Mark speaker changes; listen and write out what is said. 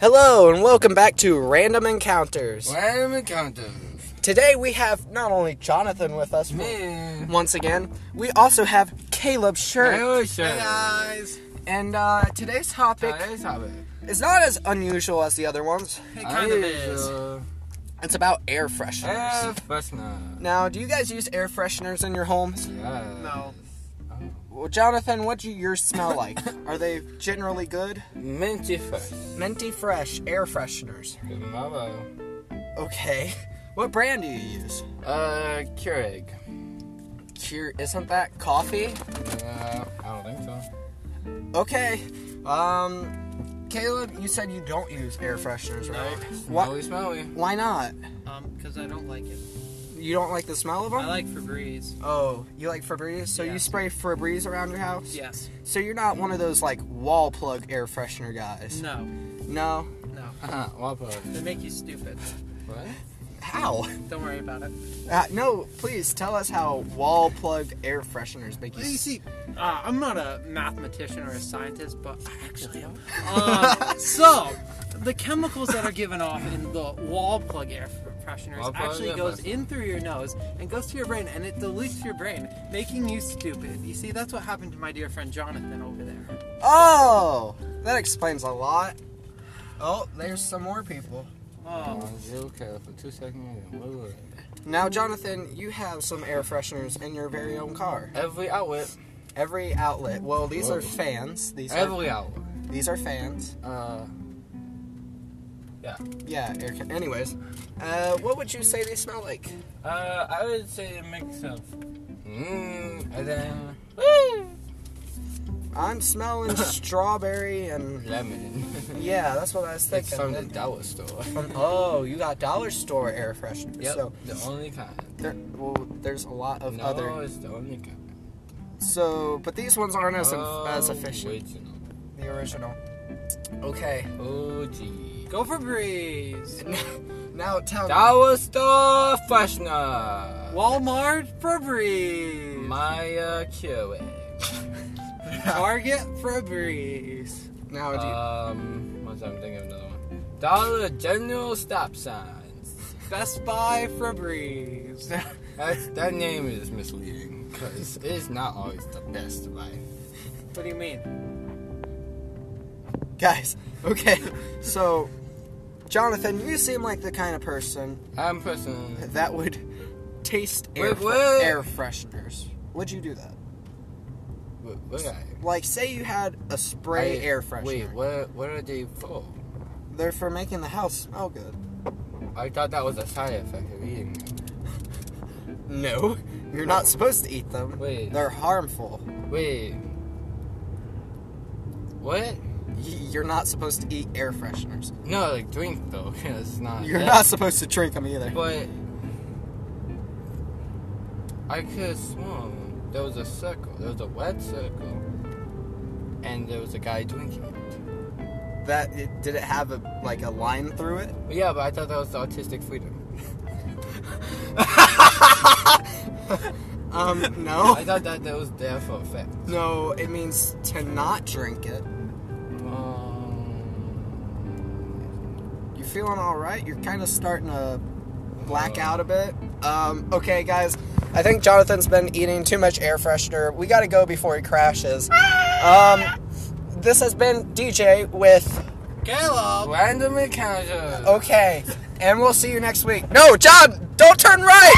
Speaker 1: Hello and welcome back to Random Encounters.
Speaker 2: Random encounters.
Speaker 1: Today we have not only Jonathan with us
Speaker 2: Man.
Speaker 1: once again, we also have Caleb Shirt.
Speaker 2: Hello, sir.
Speaker 3: guys.
Speaker 1: And uh, today's topic
Speaker 2: That is how it
Speaker 1: is not as unusual as the other ones.
Speaker 3: It kind of is.
Speaker 1: It's about air fresheners.
Speaker 2: Fresna.
Speaker 1: Now, do you guys use air fresheners in your homes?
Speaker 2: Yeah.
Speaker 3: No.
Speaker 1: Well, Jonathan, what do yours smell like? Are they generally good?
Speaker 2: Minty first.
Speaker 1: Minty fresh air fresheners.
Speaker 2: Tomorrow.
Speaker 1: Okay. What brand do you use?
Speaker 2: Uh, Keurig.
Speaker 1: Cure isn't that coffee?
Speaker 2: Uh, I don't think so.
Speaker 1: Okay. Um, Caleb, you said you don't use air fresheners, right?
Speaker 2: Smelly,
Speaker 1: What?
Speaker 2: smelly.
Speaker 1: Why not?
Speaker 3: Um, because I don't like it.
Speaker 1: You don't like the smell of them?
Speaker 3: I like Febreze.
Speaker 1: oh, you like Febreze? So
Speaker 3: Yeah.
Speaker 1: you spray Febreze around your house?
Speaker 3: Yes.
Speaker 1: So you're not one of those like wall plug air freshener guys?
Speaker 3: No.
Speaker 1: No.
Speaker 3: No.
Speaker 2: Uh-huh. Wapo.
Speaker 3: They make you stupid.
Speaker 2: What?
Speaker 1: How?
Speaker 3: Don't worry about it.
Speaker 1: Uh, no, please tell us how wall plug air fresheners make you.
Speaker 3: You
Speaker 1: s-
Speaker 3: see, uh, I'm not a mathematician or a scientist, but I actually am. Um, so, the chemicals that are given off in the wall plug air fresheners
Speaker 2: Wall plug
Speaker 3: actually
Speaker 2: air
Speaker 3: goes
Speaker 2: freshener.
Speaker 3: in through your nose and goes to your brain, and it dilutes your brain, making you stupid. You see, that's what happened to my dear friend Jonathan over there.
Speaker 1: Oh, that explains a lot. Oh, there's some more people.
Speaker 3: Oh,
Speaker 2: Zero care for two seconds. and what was it?
Speaker 1: Now, Jonathan, you have some air fresheners in your very own car.
Speaker 2: Every outlet.
Speaker 1: Every outlet. Well, these
Speaker 2: Whoa.
Speaker 1: are fans. These are,
Speaker 2: Every outlet.
Speaker 1: these are fans.
Speaker 2: Uh,
Speaker 1: Yeah. Air, anyways, uh, what would you say they smell like?
Speaker 4: Uh, I would say a mix of.
Speaker 2: mmm, and then
Speaker 1: I'm smelling strawberry and
Speaker 2: lemon.
Speaker 1: yeah, that's what I was
Speaker 2: It's from
Speaker 1: thinking.
Speaker 2: the dollar store.
Speaker 1: From- oh, you got dollar store air fresheners.
Speaker 2: Yep.
Speaker 1: So
Speaker 2: the only kind.
Speaker 1: there, well, there's a lot of
Speaker 2: no,
Speaker 1: other.
Speaker 2: it's the only Oh, kind.
Speaker 1: So, but these ones aren't as as efficient.
Speaker 2: Original.
Speaker 1: The original. Okay.
Speaker 2: Oh, gee.
Speaker 3: go Febreze!
Speaker 1: Now tell me.
Speaker 2: Dollar store freshener.
Speaker 3: Walmart Febreze.
Speaker 2: Maya Keurig.
Speaker 3: Target Febreze.
Speaker 1: Now do you,
Speaker 2: Um, what's I'm thinking of another one. Dollar General stop signs.
Speaker 3: Best Buy Febreze.
Speaker 1: Uh.
Speaker 2: That's, that name is misleading because it's not always the best life.
Speaker 3: What do you mean?
Speaker 1: guys. Okay. So, Jonathan, you seem like the kind of person
Speaker 2: I'm person.
Speaker 1: that would taste air,
Speaker 2: Wait,
Speaker 1: fre-
Speaker 2: what?
Speaker 1: air fresheners. Would you do that?
Speaker 2: What, what I?
Speaker 1: Like, say you had a spray
Speaker 2: I-
Speaker 1: air freshener.
Speaker 2: Wait, what? What are they for?
Speaker 1: They're for making the house smell good.
Speaker 2: I thought that was a side effect of eating them.
Speaker 1: No, you're not supposed to eat them.
Speaker 2: Wait.
Speaker 1: They're harmful.
Speaker 2: Wait. What?
Speaker 1: Y- You're not supposed to eat air fresheners.
Speaker 2: No, like drink though. 'cause it's not.
Speaker 1: You're
Speaker 2: that.
Speaker 1: not supposed to drink them either.
Speaker 2: But I could have sworn there was a circle. There was a red circle, and there was a guy drinking it.
Speaker 1: That it, did it have a like a line through it?
Speaker 2: But yeah, but I thought that was autistic freedom.
Speaker 1: Um,
Speaker 2: I
Speaker 1: no.
Speaker 2: thought that that was there for a fact.
Speaker 1: No, it means to not drink it.
Speaker 2: Um,
Speaker 1: You feeling all right? You're kind of starting to black out a bit. Um, okay, guys, I think Jonathan's been eating too much air freshener. We got to go before he crashes. Um, this has been DJ with
Speaker 3: Caleb!
Speaker 2: random encounter.
Speaker 1: Okay, and we'll see you next week. No, John, don't turn right.